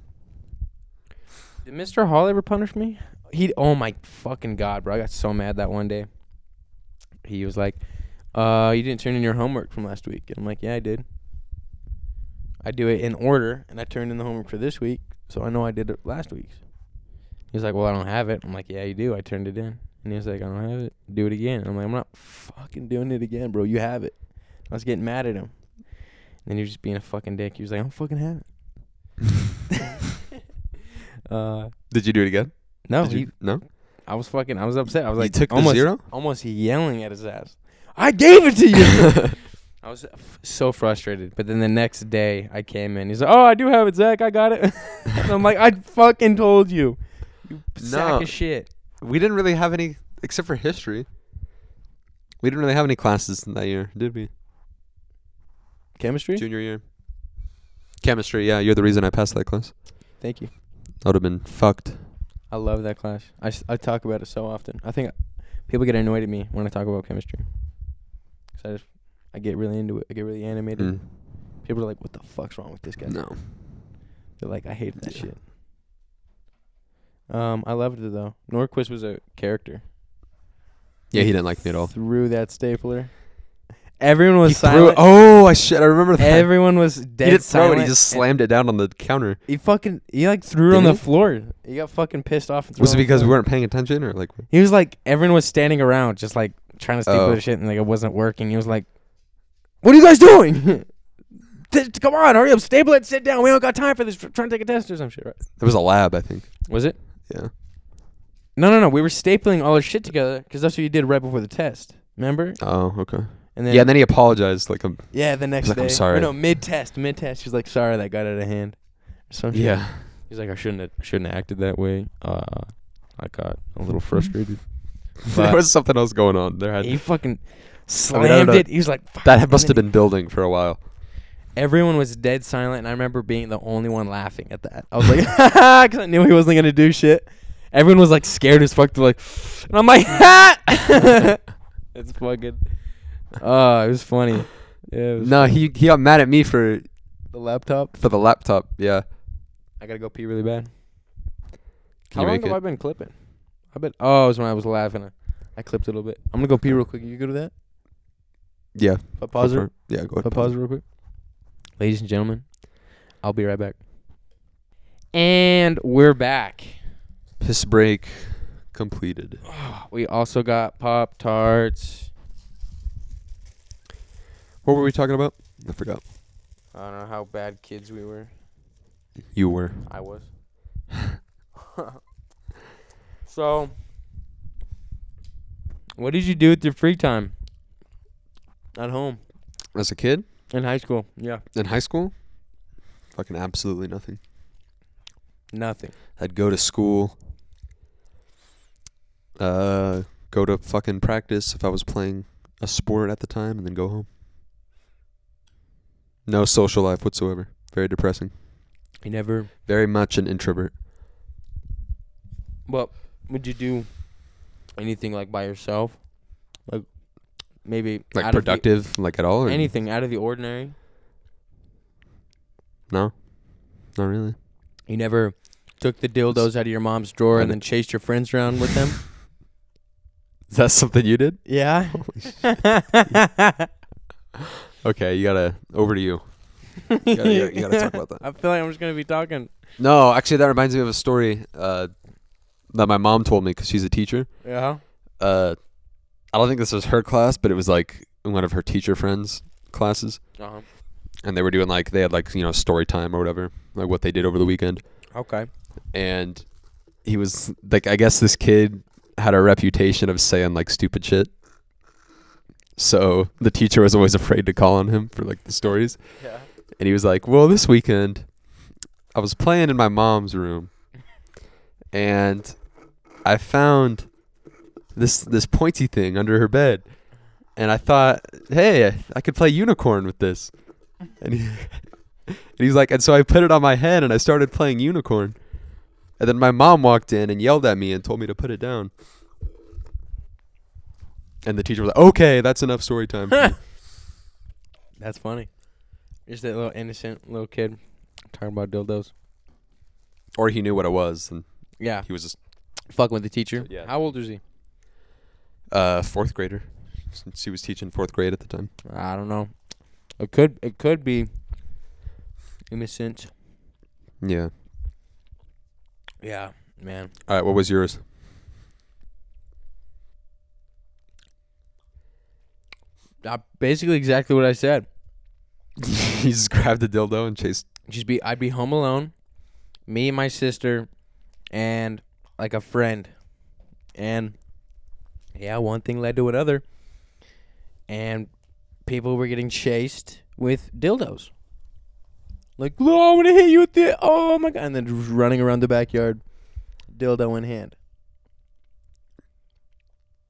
Did Mr. Hall ever punish me? He oh my fucking god, bro. I got so mad that one day. He was like, "Uh, you didn't turn in your homework from last week." And I'm like, "Yeah, I did. I do it in order, and I turned in the homework for this week, so I know I did it last week's." He's like, "Well, I don't have it." I'm like, "Yeah, you do. I turned it in." And he was like, "I don't have it. Do it again." And I'm like, "I'm not fucking doing it again, bro. You have it." I was getting mad at him. And then he was just being a fucking dick. He was like, "I don't fucking have *laughs* it." uh Did you do it again? no, Did you- he, no. I was fucking. I was upset. I was You like, took the almost, zero? almost yelling at his ass. I gave it to you. *laughs* I was uh, f- so frustrated. But then the next day, I came in. He's like, "Oh, I do have it, Zach. I got it." *laughs* and I'm like, "I fucking told you, you sack No. of shit." We didn't really have any, except for history. We didn't really have any classes in that year, did we? Chemistry. Junior year. Chemistry, yeah. You're the reason I passed that class. Thank you. I would have been fucked. I love that class. I, s- I talk about it so often. I think people get annoyed at me when I talk about chemistry. 'Cause I just I get really into it. I get really animated. Mm. People are like, "What the fuck's wrong with this guy?" No. They're like, I hated that Yeah. shit. Um, I loved it though. Norquist was a character. Yeah, he didn't like me at all. Threw that stapler. Everyone was He threw it. silent. Oh, I shit. I remember that. Everyone was dead he didn't throw silent. it. He just and slammed it down on the counter. He fucking he like threw it on Didn't the he? floor. He got fucking pissed off. And threw Was it on the because we floor. weren't paying attention or like? He was like everyone was standing around, just like trying to staple Oh. their shit, and like it wasn't working. He was like, "What are you guys *laughs* doing? T- t- Come on, hurry up, staple it, sit down. We don't got time for this. Tr- Trying to take a test or some shit." Right? It was a lab, I think. Was it? Yeah. No, no, no. We were stapling all our shit together 'cause that's what you did right before the test. Remember? Oh, okay. And Yeah, and then he apologized. Like, *laughs* um, yeah, the next like, day. "I'm sorry." Or no, mid test, mid test. She's like, sorry, that got out of hand. Or some shit. yeah. *laughs* He's like, I shouldn't have, shouldn't have acted that way. Uh, I got *laughs* a little frustrated. there But- was something else going on. There had he fucking I don't slammed know. it. He was like, "Fuck." that And *laughs* must have then been building for a while. Everyone was dead silent, and I remember being the only one laughing at that. I was like, *laughs* because I knew he wasn't gonna do shit. Everyone was like scared as fuck. They're like, and I'm like, *laughs* ha! it's fucking. Oh, it was funny. Yeah, it was No, he he got mad at me for the laptop. for the laptop. Yeah. I gotta go pee really bad. Can How you long make have it? I been clipping? I bet. Oh, it was when I was laughing. I, I clipped a little bit. I'm gonna go pee real quick. You good with that? Yeah. If I pause go it. for it. Yeah, go If I ahead. pause it real quick. Ladies and gentlemen, I'll be right back. And we're back. *gasps* Piss break completed. We also got Pop Tarts. What were we talking about? I forgot. I don't know how bad kids we were. You were. I was. *laughs* so, what did you do with your free time? At home. As a kid In high school. Yeah. in high school, fucking absolutely nothing. Nothing. I'd go to school. Uh, go to fucking practice if I was playing a sport at the time, and then go home. No social life whatsoever. Very depressing. You never. Very much an introvert. Well, would you do anything like by yourself? Like maybe Like out of the- productive, like at all. Or anything out of the ordinary? No, not really. You never took the dildos out of your mom's drawer I and d- then chased your friends around *laughs* with *laughs* them? Is that something you did? Yeah. Okay, you gotta over to you. You gotta, you gotta, you gotta talk about that. *laughs* I feel like I'm just gonna be talking. No, actually, that reminds me of a story uh, that my mom told me because she's a teacher. Yeah. Uh, I don't think this was her class, but it was like one of her teacher friends' classes, Uh-huh. and they were doing like they had like you know story time or whatever, like what they did over the weekend. Okay. and he was like I guess this kid had a reputation of saying like stupid shit. So the teacher was always *laughs* afraid to call on him for like the stories. Yeah. And he was like, "Well, this weekend I was playing in my mom's room and I found this this pointy thing under her bed. And I thought, "Hey, I could play unicorn with this." And he *laughs* and he's like, and so I put it on my head and I started playing unicorn. And then my mom walked in and yelled at me and told me to put it down. And the teacher was like, okay, that's enough story time. for you." That's funny. Just that little innocent little kid talking about dildos. or he knew what it was and Yeah. he was just Fuck with the teacher. Yeah. How old is he? uh, fourth grader. Since he was teaching fourth grade at the time. I don't know. It could it could be innocent. Yeah. Yeah, man. All right, what was yours? *laughs* Uh, basically exactly what I said. he just grabbed the dildo and chased. Just be I'd be home alone, me and my sister and like a friend. And yeah, one thing led to another. And people were getting chased with dildos. Like, oh, I'm gonna hit you with the oh my god and then just running around the backyard, dildo in hand.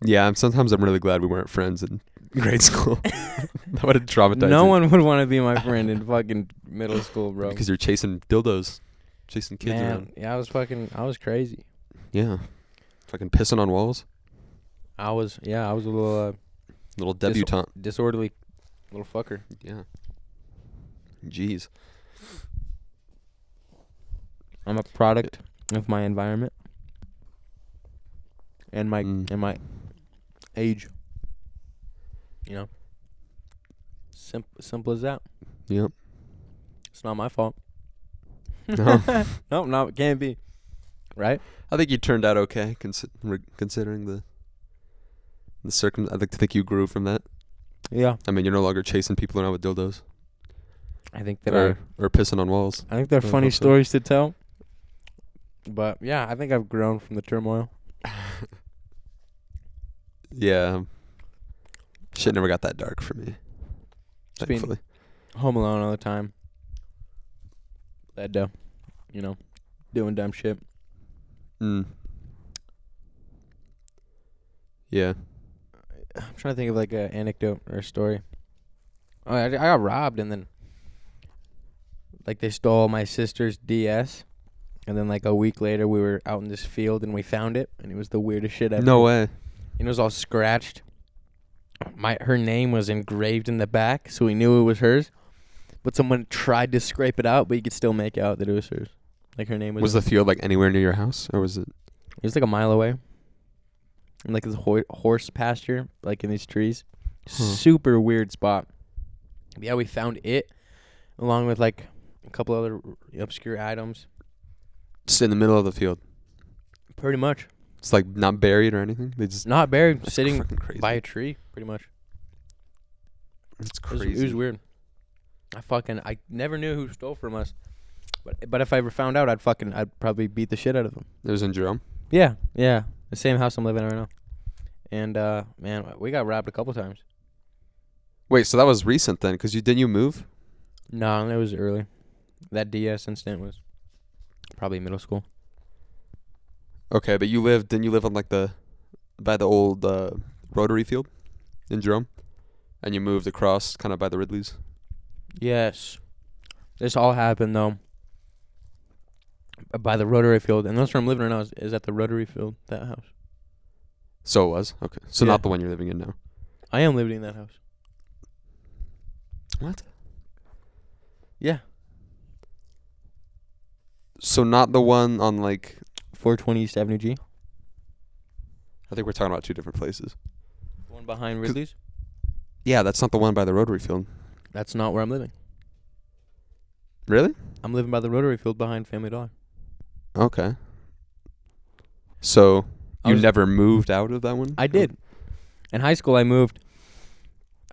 Yeah, I'm, sometimes I'm really glad we weren't friends in grade school. *laughs* that would have traumatized No me. one would want to be my friend in fucking middle school, bro. Because you're chasing dildos, chasing kids Man, around. yeah, I was fucking, I was crazy. Yeah. Fucking pissing on walls. I was, yeah, I was a little uh, Little Dis- debutante. disorderly little fucker. Yeah. *laughs* Jeez. I'm a product of my environment and my Mm. and my age. You know, simple, simple as that. Yep. It's not my fault. No. No, no, it can't be. Right? I think you turned out okay, consi- re- considering the the circum. I like to think you grew from that. Yeah. I mean, you're no longer chasing people around with dildos I think that I or, or pissing on walls. I think they're I funny hope so. stories to tell. But yeah, I think I've grown from the turmoil. Yeah. um, Shit never got that dark for me. Just being- Thankfully. Home alone all the time. Led to, you know, doing dumb shit. Hmm. Mm. Yeah. I'm trying to think of like an anecdote or a story. Oh, I, I got robbed and then, like, they stole my sister's DS. And then, like, a week later, we were out in this field and we found it. And it was the weirdest shit ever. No way. and it was all scratched. My her name was engraved in the back, so we knew it was hers. But someone tried to scrape it out, but you could still make out that it was hers. Like her name was. Was the field like anywhere near your house, or was it? it was like a mile away. And like this ho- horse pasture, like in these trees, Huh. super weird spot. But yeah, we found it, along with like a couple other obscure items. Just in the middle of the field. Pretty much It's like not buried or anything. They just not buried, That's Mm, sitting fucking crazy. by a tree. Pretty much. It's It was, crazy. it was weird. I fucking I never knew who stole from us, but but if I ever found out, I'd fucking I'd probably beat the shit out of them. It was in Jerome. Yeah, yeah, the same house I'm living in right now. And uh man, we got robbed a couple times. Wait, so that was recent then? Because you didn't you move? No, it was early. That DS incident was probably middle school. Okay, but you lived. Didn't you live on like the by the old uh, rotary field in Jerome, and you moved across kind of by the Ridleys. Yes, this all happened though by the rotary field, and that's where I'm living right now is, is at the rotary field. That house. So it was okay. So Yeah. not the one you're living in now. I am living in that house. What? Yeah, So not the one on like. 420 East Avenue G. I think we're talking about two different places. One behind Ridley's. Yeah, that's not the one by the rotary field. That's not where I'm living. Really? I'm living by the rotary field behind Family Dollar. Okay. So I you was- never moved out of that one? I did. In high school, I moved.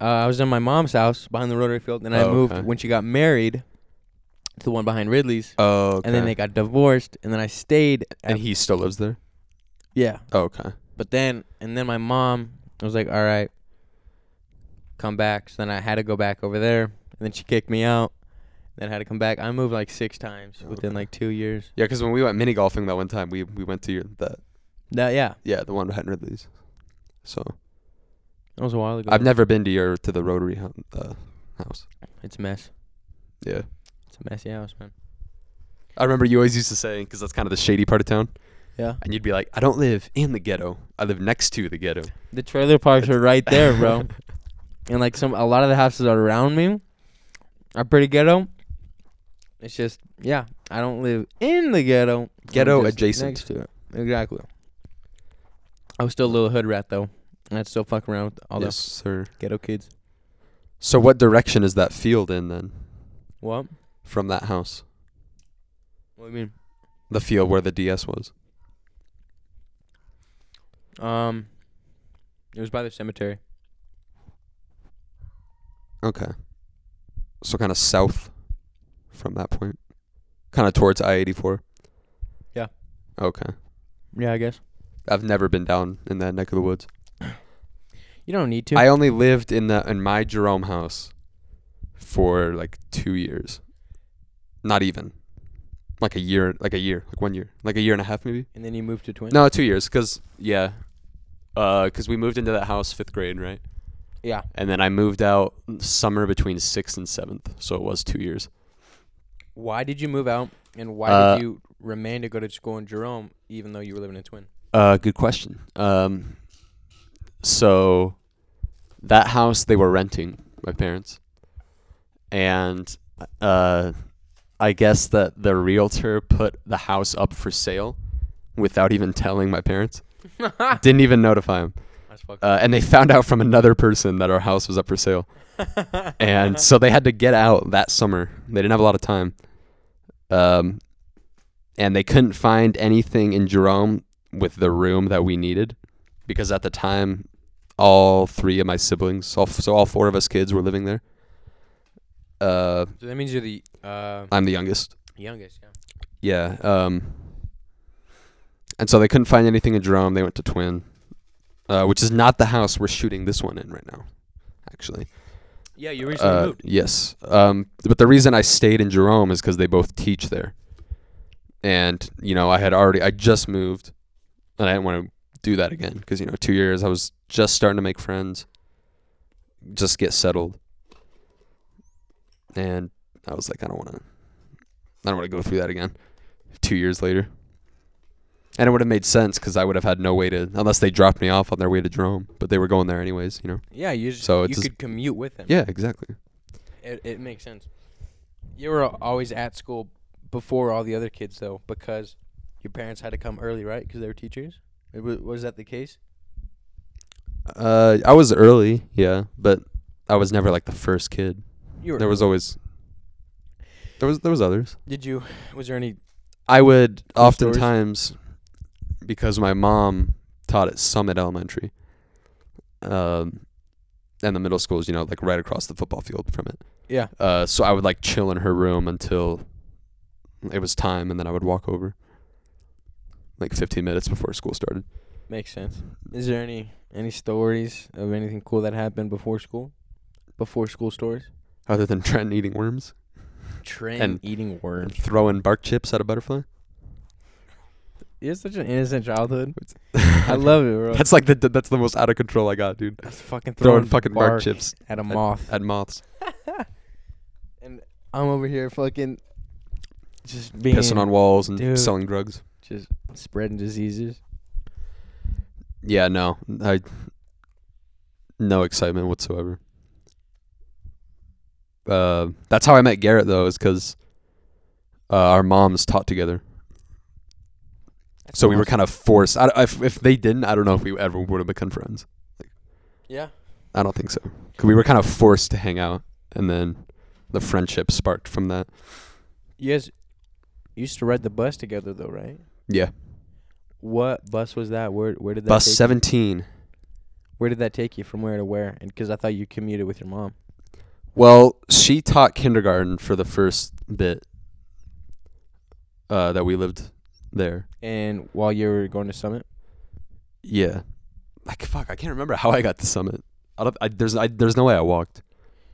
Uh, I was in my mom's house behind the rotary field, and I Oh, moved okay. when she got married to the one behind Ridley's, Oh, okay. and then they got divorced, and then I stayed. At, and he still lives there. yeah, Oh, okay. but then and then my mom was like, "All right, come back." So then I had to go back over there, and then she kicked me out. Then I had to come back. I moved like six times within Okay. like two years. Yeah, because when we went mini golfing that one time, we we went to your that That yeah, yeah the one behind Ridley's. So that was a while ago. I've never been to your to the Rotary hou- uh, house. It's a mess. Yeah, It's a messy house, man. I remember you always used to say because that's kind of the shady part of town, Yeah. and you'd be like, I don't live in the ghetto. I live next to the ghetto. The trailer parks are right *laughs* there, bro. and like some, a lot of the houses are around me are pretty ghetto. It's just, yeah, I don't live in the ghetto. I'm Ghetto just adjacent. next to it. Exactly. I was still a little hood rat though, and I'd still fuck around with all yes, those sir. ghetto kids. So what direction is that field in then What? from that house? What do you The field where the DS was. mean? Um, it was by the cemetery. Okay. So kind of south from that point, kind of towards I eighty four. Yeah. Okay. Yeah, I guess. I've never been down in that neck of the woods. You don't need to. I only lived in the in my Jerome house for like two years, not even like a year, like a year, like one year, like a year and a half maybe. and then you moved to Twin. No, two years, cause yeah, Uh 'cause we moved into that house fifth grade, right? Yeah. And then I moved out summer between sixth and seventh, so it was two years. Why did you move out, and why Uh, did you remain to go to school in Jerome, even though you were living *laughs* in Twin? Uh, good question. Um, so that house they were renting, my parents, and uh, I guess that the realtor put the house up for sale without even telling my parents. Didn't even notify them, That's fucked. uh, and they found out from another person that our house was up for sale *laughs* and so they had to get out that summer. They didn't have a lot of time, um, and they couldn't find anything in Jerome with the room that we needed, because at the time, all three of my siblings, all, so all four of us kids, were living there. Uh, So that means you're the uh, I'm the youngest. youngest. Yeah. Yeah. Um, and so they couldn't find anything in Jerome. They went to Twin, uh, which is not the house we're shooting this one in right now, actually. Yeah, you Uh, Yes. Um, but the reason I stayed in Jerome is because they both teach there. And, you know, I had already, I just moved and I didn't want to do that again because, you know, two years, I was just starting to make friends, just get settled. And I was like, I don't want to, I don't want to go through that again two years later. And it would have made sense because I would have had no way to, unless they dropped me off on their way to Jerome, but they were going there anyways, you know? Yeah, you just, so you it's just- could commute with them. Yeah, exactly. It, it makes sense. You were always at school before all the other kids though, because your parents had to come early, right? Because they were teachers. It wa- was that the case? Uh, I was early, yeah, but I was never like the first kid. You were. There was always there was there was others. Did you? Was there any? I would Cool stories. oftentimes because my mom taught at Summit Elementary, um, and the middle school is you know like right across the football field from it. Yeah. Uh, so I would like chill in her room until it was time, and then I would walk over like 15 minutes before school started. Makes sense. Is there any any stories of anything cool that happened before school? Before school stories? Other than *laughs* Trent eating worms Trent And- eating and worms. throwing bark chips at a butterfly. You have such an innocent childhood. *laughs* I love it, bro. That's like the that's the most out of control I got, dude. That's fucking Throwing fucking bark, chips at a moth. at moths, I'm over here fucking just being pissing on walls and dude. selling drugs. just spreading diseases. Yeah, no, I no excitement whatsoever. Uh, that's how I met Garrett though, is because uh, our moms taught together, so we were kind of forced. I, I- if, if they didn't, I don't know if we ever would have become friends. Yeah. I don't think so. 'Cause we were kind of forced to hang out, and then the friendship sparked from that. You guys used to ride the bus together though, right? Yeah, What bus was that? Where where did that bus take seventeen. You? Where did that take you? From where to where? And because I thought you commuted with your mom. Well, she taught kindergarten for the first bit uh, that we lived there. And while you were going to Summit, Yeah, like fuck, I can't remember how I got to Summit. I don't. I, there's I, there's no way I walked.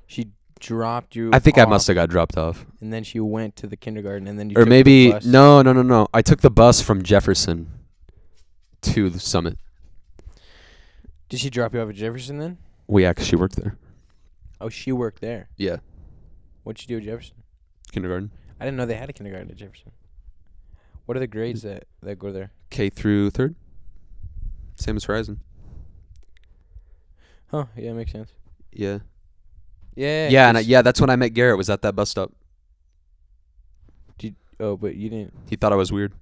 she dropped you. I think I off, must have got dropped off, And then she went to the kindergarten, and then you or took the maybe bus. no, no, no, no. I took the bus from Jefferson to the Summit. Did she drop you off at Jefferson then? We actually worked there. Oh, she worked there. Yeah, What'd she do at Jefferson? kindergarten I didn't know they had a kindergarten at Jefferson. What are the grades that, that go there? K through third. Same as Horizon. Huh? Yeah, makes sense. Yeah. Yeah. Yeah, and I, 'cause- yeah, that's when I met Garrett. Was at that bus stop. Oh, but you didn't. He thought I was weird.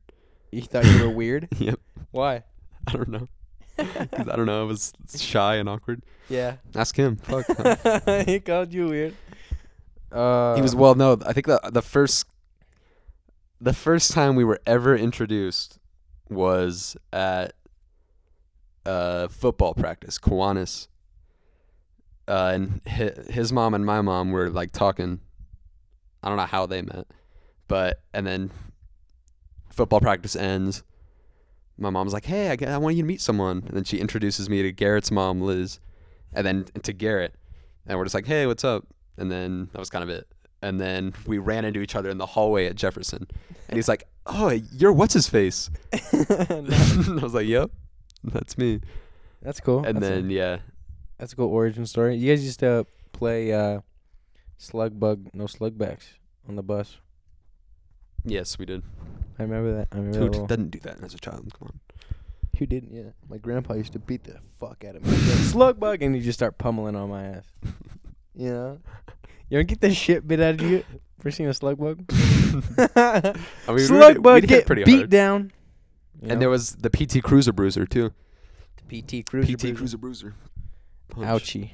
You thought you were weird. *laughs* yep. Why? I don't know. 'Cause I don't know. I was shy and awkward. Yeah. Ask him. *laughs* Fuck. he called you weird. Uh, he was well. No, I think the the first the first time we were ever introduced was at uh, football practice, Kiwanis. Uh, and his, his mom and my mom were like talking. I don't know how they met, but and then football practice ends. My mom's like, "Hey, I, g- I want you to meet someone," and then she introduces me to Garrett's mom, Liz, and then to Garrett, and we're just like, "Hey, what's up?" And then that was kind of it. And then we ran into each other in the hallway at Jefferson, and he's like, "Oh, you're what's his *laughs* face?" I was like, "Yep, that's me." *laughs* That's cool. And Oh, that's a- then yeah, that's a cool origin story. You guys used to play uh, slug bug, no slug backs on the bus. yes, we did. I remember that. I remember Who that. little- doesn't do that as a child? Come *laughs* on. *laughs* Who didn't? Yeah, my grandpa used to beat the fuck out of me. He'd be like, Slug bug, and he just start pummeling on my ass. You know, you ever get the shit bit out of you? Ever seen a slug *laughs* bug? I mean, we slug did- we bug did get pretty beat hard. down. And there was the PT Cruiser Bruiser too. PT Cruiser. PT Cruiser Bruiser. Punch. Ouchie.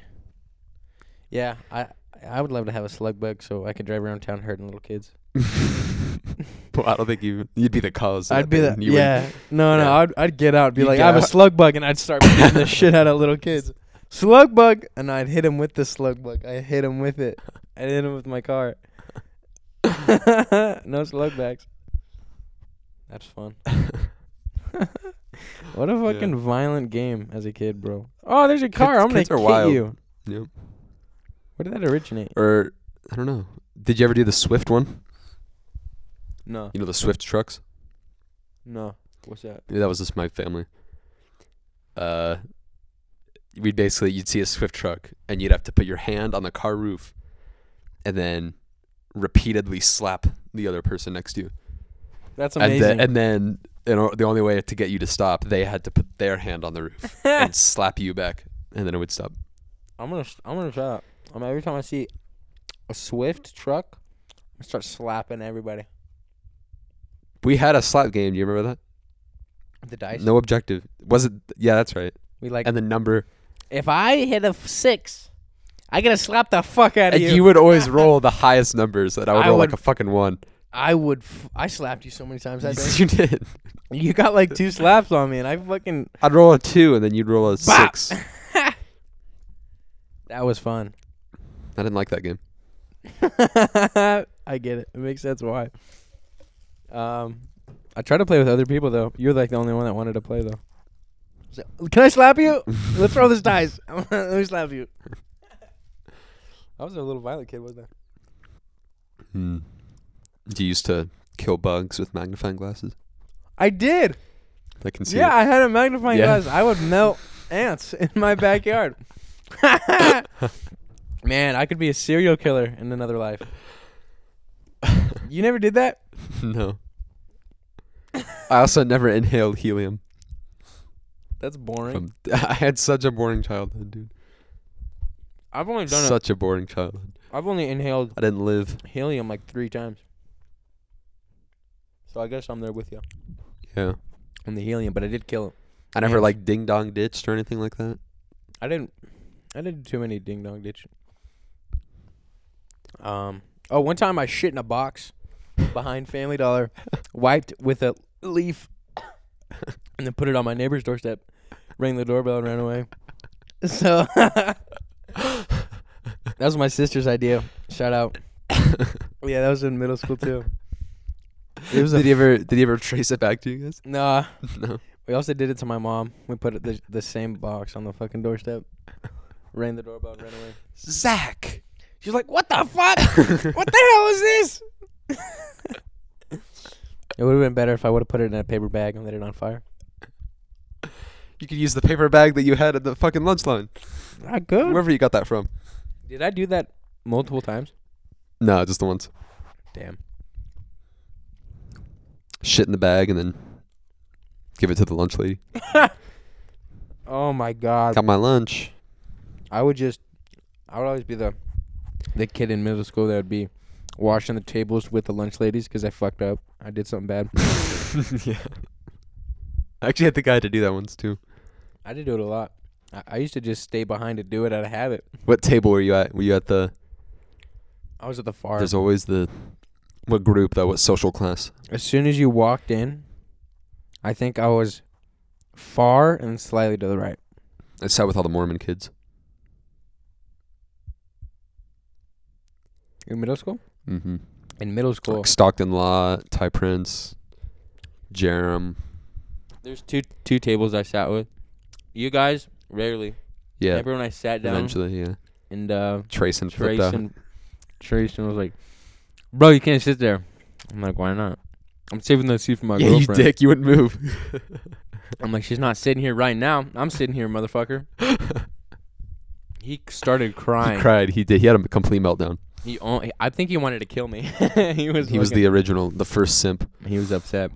Yeah, I I would love to have a slug bug so I could drive around town hurting little kids. *laughs* Well, I don't think you you'd be the cause. of I'd be thing. the You would- yeah. No, no, yeah. I'd I'd get out, and be You'd like, get I have a out. slug bug, and I'd start *laughs* beating the shit out of little kids. Slug bug, and I'd hit him with the slug bug. I hit him with it. I hit him with my car. *laughs* no slug bags. *laughs* That's fun. what a Yeah. fucking violent game as a kid, bro. Oh, there's a car. Kids- I'm gonna kids are hit wild. you. Yep. Where did that originate? Or I don't know. Did you ever do the Swift one? No, You know the Swift trucks. no. What's that? Yeah, that was just my family. Uh, we'd basically you'd see a Swift truck and you'd have to put your hand on the car roof, and then repeatedly slap the other person next to you. That's And, amazing. the, and then you know, the only way to get you to stop, they had to put their hand on the roof *laughs* and slap you back, and then it would stop. I'm gonna I'm gonna try that. I mean, every time I see a Swift truck, I start slapping everybody. We had a slap game. Do you remember that? The dice. No objective. Was it? Yeah, that's right. We like And the number. if I hit a f- six, I gotta slap the fuck out of And you. you would always roll the highest numbers, and I would I roll would- like a fucking one. I would. F- I slapped you so many *laughs* times that day. you did. you got like two slaps on me, and I fucking. I'd roll a two, and then you'd roll a Bop. six. That was fun. I didn't like that game. *laughs* I get it. It makes sense why. Um, I tried to play with other people though. You're like the only one that wanted to play though. So, can I slap *laughs* you? Let's throw this dice. *laughs* Let me slap you. I was a little violent kid, wasn't I? Hmm. Do you used to kill bugs with magnifying glasses? I did. I can see. yeah, it. *laughs* I had a magnifying Yeah. glass. I *laughs* would melt ants in my backyard. *laughs* Man, I could be a serial killer in another life. You never did that? no. I also never inhaled helium. That's boring. From *laughs* I had such a boring childhood, dude. I've only done it. Such a boring childhood. I've only inhaled I didn't live. helium like three times. So I guess I'm there with you Yeah. on the helium, but I did kill him. I never Yeah. like ding dong ditched or anything like that. *laughs* I didn't. I I didn't do too many ding dong ditching. Um. Oh, one time I shit in a box behind Family Dollar, *laughs* wiped with a leaf, *coughs* and then put it on my neighbor's doorstep. Rang the doorbell and ran away. So *laughs* that was my sister's idea. Shout out. Yeah, that was in middle school *laughs* too. It was a did he ever did he ever trace it back to you guys? *laughs* *laughs* nah. No. We also did it to my mom. We put it the, the same box on the fucking *laughs* doorstep. Rang the doorbell and ran away. Zach. She's like, "What the fuck? what the hell is this?" *laughs* it would have been better if I would have put it in a paper bag and lit it on fire. You could use the paper bag that you had at the fucking lunch line. I could. Wherever you got that from. Did I do that multiple times? No, just the ones. Damn. Shit in the bag and then give it to the lunch lady. Oh my god. Got my lunch. I would just, I would always be the, the kid in middle school that would be washing the tables with the lunch ladies because I fucked up. I did something bad. yeah. Actually, I think I had to do that once too. I did do it a lot. I, I used to just stay behind to do it out of habit. What table were you at? Were you at the? I was at the far. There's always the, what group though? What social class? As soon as you walked in, I think I was far and slightly to the right. I sat with all the Mormon kids. In middle school? Mm-hmm. In middle school. Like Stockton Lot, Ty Prince, Jerem. There's two two tables I sat with. You guys rarely. Yeah. Everyone I sat down eventually, yeah. and uh, Trace and flipped out. Trayson, Trayson was like, "Bro, you can't sit there." I'm like, "Why not?" I'm saving that seat for my Yeah, you girlfriend. dick. You wouldn't move. *laughs* I'm like, "She's not sitting here right now. I'm sitting here, motherfucker." he started he crying. cried. He did. He had a complete meltdown. He, on- I think he wanted to kill me. *laughs* he was. He was looking- the original, the first simp. He was upset.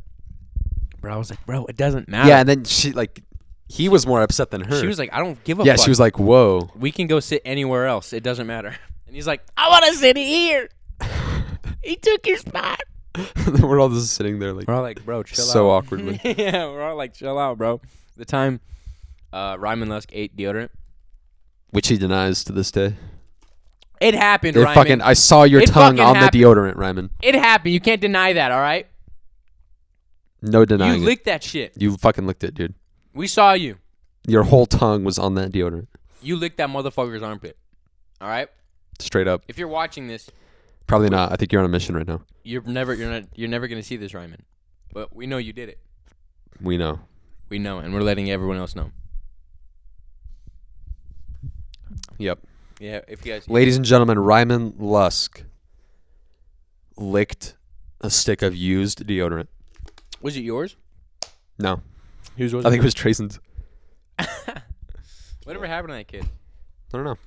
Bro, I was like, "Bro, it doesn't matter." Yeah, and then she like, he was more upset than her. She was like, "I don't *laughs* give a yeah, Oh, fuck." she was like, whoa. *laughs* we can go sit anywhere else. It doesn't matter. *laughs* And he's like, I want to sit here. he took your spot. We're all just sitting there like We're all like, bro, chill so out. awkwardly. *laughs* yeah, we're all like, chill out, bro. The time uh, Ryman Lusk ate deodorant, which he denies to this day. it happened, It Ryman. fucking I saw your It tongue fucking on happened. the deodorant, Ryman. it happened. You can't deny that, all right? No You denying it. licked that shit. You fucking licked it, dude. We saw you. Your whole tongue was on that deodorant. You licked that motherfucker's armpit, all right? Straight up. If you're watching this, Probably not. I think you're on a mission right now. you're never, you're not, you're never gonna see this, Ryman. But we know you did it. We know. We know, and we're letting everyone else know. Yep. Yeah, if you guys, Ladies and gentlemen, Ryman Lusk licked a stick of used deodorant. was it yours? No. Whose was I think it was Trayson's. Whatever happened to that kid? I don't know.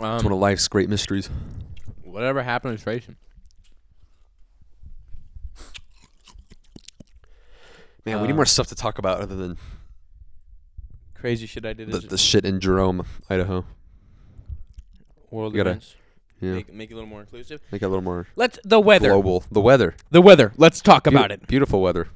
It's one Um, of life's great mysteries. whatever happened to Trayson? Man, we uh, need more stuff to talk about other than Crazy shit I did. the, The, the shit in Jerome, Idaho. world you gotta- events. Yeah. Make, make it a little more inclusive. Make it a little more Let's the weather. global. The weather. The weather. Let's talk Beau- about it. Beautiful weather.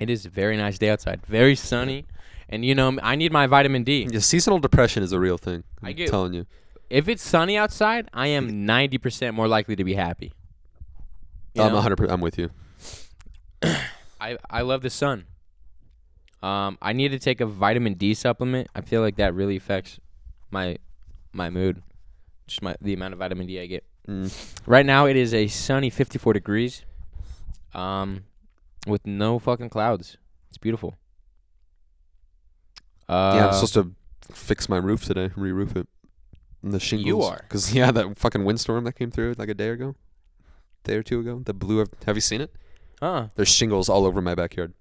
It is a very nice day outside. Very sunny, and you know I need my vitamin D. Yeah, seasonal depression is a real thing. I'm I get- telling you. If it's sunny outside, I am ninety percent more likely to be happy. You I'm know? 100. I'm with you. I I love the sun. Um, I need to take a vitamin D supplement. I feel like that really affects my my mood, just my the amount of vitamin D I get. Mm. Right now it is a sunny 54 degrees. Um with no fucking clouds. It's beautiful. Uh yeah, I'm supposed to fix my roof today, re-roof it. And the shingles. are. Because *laughs* yeah, that fucking windstorm that came through like a day ago, day or two ago. The blue. Have you seen it? Huh. There's shingles all over my backyard.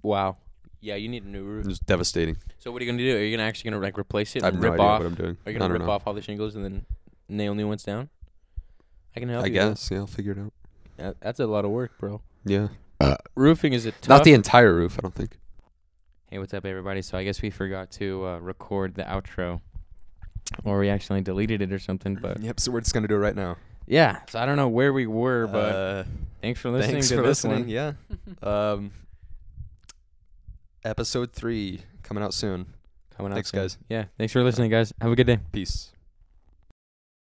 Wow. Yeah, you need a new It roof. was devastating. So what are you gonna do? Are you gonna actually gonna like replace it I have and no rip idea off? what I'm doing. Are you I gonna don't rip know. off all the shingles and then nail new ones down? I can help I you. bro. guess. Yeah, I'll figure it out. That- That's a lot of work, bro. Yeah. Uh, Roofing is a tough Not the entire roof. I don't think. Hey, what's up, everybody? So I guess we forgot to uh, record the outro, or we accidentally deleted it or something. But Yep. So we're just gonna do it right now. yeah, so I don't know where we were, but Uh, thanks for listening thanks to for this listening. one. Yeah. um, episode three coming out soon. Coming out. Thanks, soon. guys. Yeah. Thanks for listening, guys. Have a good day. Peace.